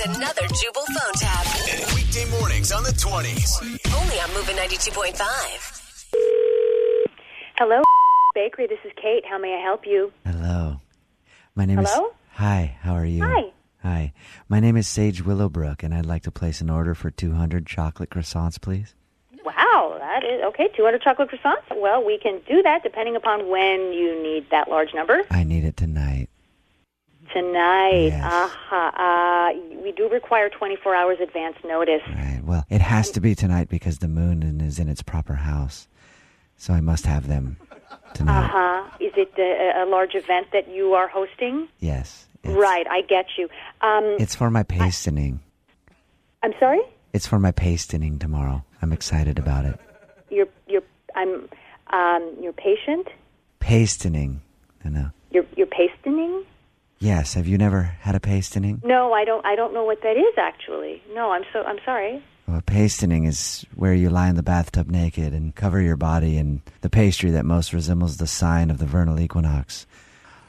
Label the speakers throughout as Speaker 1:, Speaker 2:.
Speaker 1: another Jubal phone tab.
Speaker 2: Weekday mornings on the 20s.
Speaker 1: Only on Moving 92.5.
Speaker 3: Hello, bakery. This is Kate. How may I help you?
Speaker 4: Hello. My name
Speaker 3: Hello?
Speaker 4: is. Hi, how are you?
Speaker 3: Hi.
Speaker 4: Hi. My name is Sage Willowbrook, and I'd like to place an order for 200 chocolate croissants, please.
Speaker 3: Wow, that is okay. 200 chocolate croissants. Well, we can do that depending upon when you need that large number.
Speaker 4: I need it tonight.
Speaker 3: Tonight.
Speaker 4: Yes.
Speaker 3: Aha. Uh, we do require 24 hours advance notice.
Speaker 4: Right. Well, it has to be tonight because the moon is in its proper house. So I must have them tonight.
Speaker 3: Uh, is it a, a large event that you are hosting?
Speaker 4: Yes. It's,
Speaker 3: Right, I get you. Um,
Speaker 4: It's for my pastining.
Speaker 3: I'm sorry.
Speaker 4: It's for my pastining tomorrow. I'm excited about it.
Speaker 3: You're you're I'm um, you're patient.
Speaker 4: Pastining. I know.
Speaker 3: You're you're pastining.
Speaker 4: Yes. Have you never had a pastining?
Speaker 3: No, I don't. I don't know what that is actually. No, I'm so I'm sorry.
Speaker 4: Well, pastining is where you lie in the bathtub naked and cover your body in the pastry that most resembles the sign of the vernal equinox.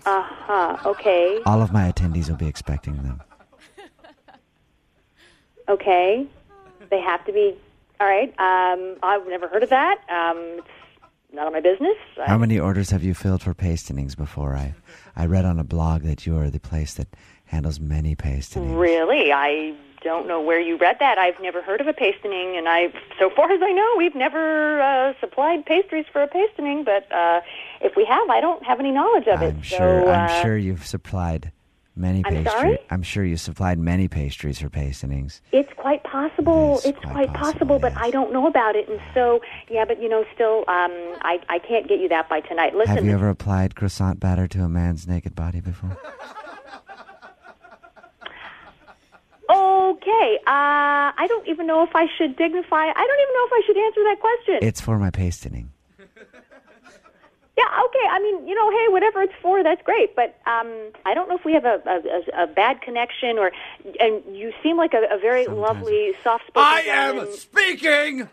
Speaker 3: Uh, okay.
Speaker 4: All of my attendees will be expecting them.
Speaker 3: Okay. They have to be. All right. Um, I've never heard of that. Um, it's none of my business. I-
Speaker 4: How many orders have you filled for pastinings before? I, I read on a blog that you are the place that handles many pastinings.
Speaker 3: really, I don't know where you read that. I've never heard of a pastening, and I, so far as I know, we've never uh, supplied pastries for a pastening. But uh, if we have, I don't have any knowledge of it.
Speaker 4: I'm sure.
Speaker 3: So, uh,
Speaker 4: I'm sure you've supplied many
Speaker 3: I'm
Speaker 4: pastries.
Speaker 3: sorry?
Speaker 4: I'm sure you supplied many pastries for pastinings.
Speaker 3: It's quite possible.
Speaker 4: It is
Speaker 3: it's
Speaker 4: quite
Speaker 3: quite,
Speaker 4: possible,
Speaker 3: possible, but
Speaker 4: yes.
Speaker 3: I don't know about it. And so, yeah, but you know, still, um, I, I can't get you that by tonight. Listen,
Speaker 4: Have you ever applied croissant batter to a man's naked body before?
Speaker 3: Okay. Uh, I don't even know if I should dignify. I don't even know if I should answer that question.
Speaker 4: It's for my pastining.
Speaker 3: yeah. Okay. I mean, you know, hey, whatever it's for, that's great. But um, I don't know if we have a, a, a, a bad connection, or and you seem like a, a very lovely, soft-spoken.
Speaker 5: I am
Speaker 3: gentleman.
Speaker 5: speaking.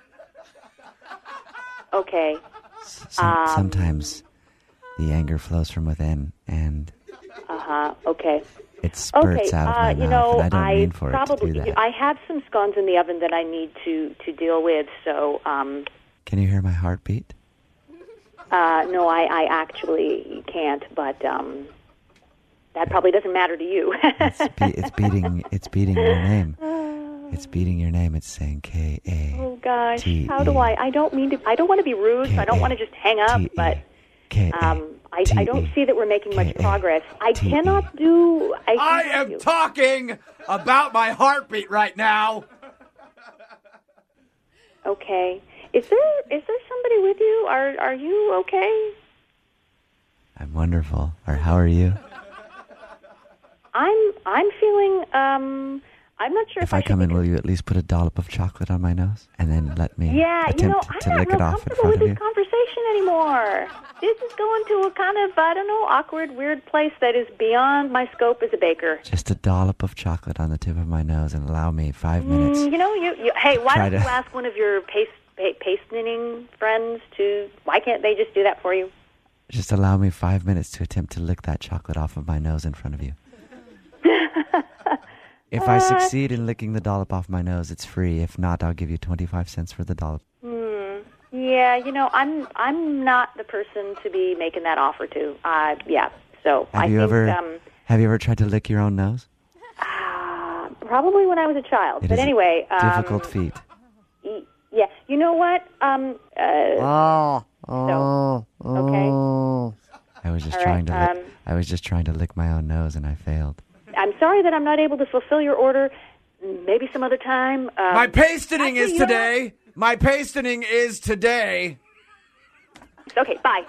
Speaker 3: Okay.
Speaker 4: Some,
Speaker 3: Um,
Speaker 4: sometimes the anger flows from within and
Speaker 3: Okay.
Speaker 4: it spurts
Speaker 3: okay,
Speaker 4: out of
Speaker 3: uh,
Speaker 4: my
Speaker 3: you
Speaker 4: mouth.
Speaker 3: know,
Speaker 4: and I don't mean for
Speaker 3: probably
Speaker 4: it to do that.
Speaker 3: I have some scones in the oven that I need to to deal with. So um,
Speaker 4: Can you hear my heartbeat?
Speaker 3: uh, no, I, I actually can't. But um, that probably doesn't matter to you.
Speaker 4: It's, be- it's beating. It's beating your name. It's beating your name. It's saying K A
Speaker 3: Oh gosh,
Speaker 4: T
Speaker 3: how do
Speaker 4: E.
Speaker 3: I? I don't mean to. I don't want to be rude, so I don't want to just hang up.
Speaker 4: T E
Speaker 3: But
Speaker 4: K A
Speaker 3: um, I,
Speaker 4: T
Speaker 3: I
Speaker 4: E
Speaker 3: don't see that we're making much
Speaker 4: K A
Speaker 3: progress. I
Speaker 4: T E.
Speaker 3: cannot do. I,
Speaker 5: I
Speaker 3: cannot
Speaker 5: am
Speaker 3: do.
Speaker 5: talking about my heartbeat right now.
Speaker 3: okay. Is there is there somebody with you? Are are you okay?
Speaker 4: I'm wonderful. Or how are you?
Speaker 3: I'm I'm feeling. Um, I'm not sure if,
Speaker 4: If I
Speaker 3: should
Speaker 4: come
Speaker 3: be
Speaker 4: in, will you at least put a dollop of chocolate on my nose and then let me
Speaker 3: Yeah,
Speaker 4: attempt
Speaker 3: you know,
Speaker 4: to
Speaker 3: I'm not
Speaker 4: lick
Speaker 3: real
Speaker 4: it off in
Speaker 3: comfortable
Speaker 4: front
Speaker 3: with
Speaker 4: of you?
Speaker 3: this conversation anymore. This is going to a kind of I don't know awkward, weird place that is beyond my scope as a baker.
Speaker 4: Just a dollop of chocolate on the tip of my nose and allow me
Speaker 3: Mm,
Speaker 4: five minutes.
Speaker 3: You know, you, you hey, why
Speaker 4: Try
Speaker 3: don't you
Speaker 4: to-
Speaker 3: ask one of your paste pa- pastening friends to? Why can't they just do that for you?
Speaker 4: Just allow me five minutes to attempt to lick that chocolate off of my nose in front of you. if I succeed in licking the dollop off my nose, it's free. If not, I'll give you 25 cents for the dollop.
Speaker 3: Yeah, you know, I'm I'm not the person to be making that offer to. Uh, yeah, so
Speaker 4: Have
Speaker 3: I
Speaker 4: you
Speaker 3: think
Speaker 4: ever
Speaker 3: um,
Speaker 4: have you ever tried to lick your own nose?
Speaker 3: probably when I was a child.
Speaker 4: It
Speaker 3: but
Speaker 4: is a
Speaker 3: anyway, um,
Speaker 4: difficult feat.
Speaker 3: y- Yeah, you know what? Um, uh,
Speaker 4: Oh,
Speaker 3: so okay.
Speaker 4: I was just
Speaker 3: All
Speaker 4: trying
Speaker 3: right,
Speaker 4: to lick,
Speaker 3: um,
Speaker 4: I was just trying to lick my own nose and I failed.
Speaker 3: I'm sorry that I'm not able to fulfill your order. Maybe some other time. Um,
Speaker 5: My pastening
Speaker 3: actually,
Speaker 5: is
Speaker 3: you know what?
Speaker 5: today. My pastening is today.
Speaker 3: Okay, bye.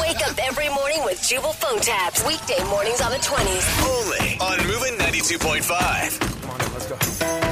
Speaker 1: Wake up every morning with Jubal phone tabs. Weekday mornings on the 20s.
Speaker 2: Only on Moving 92.5.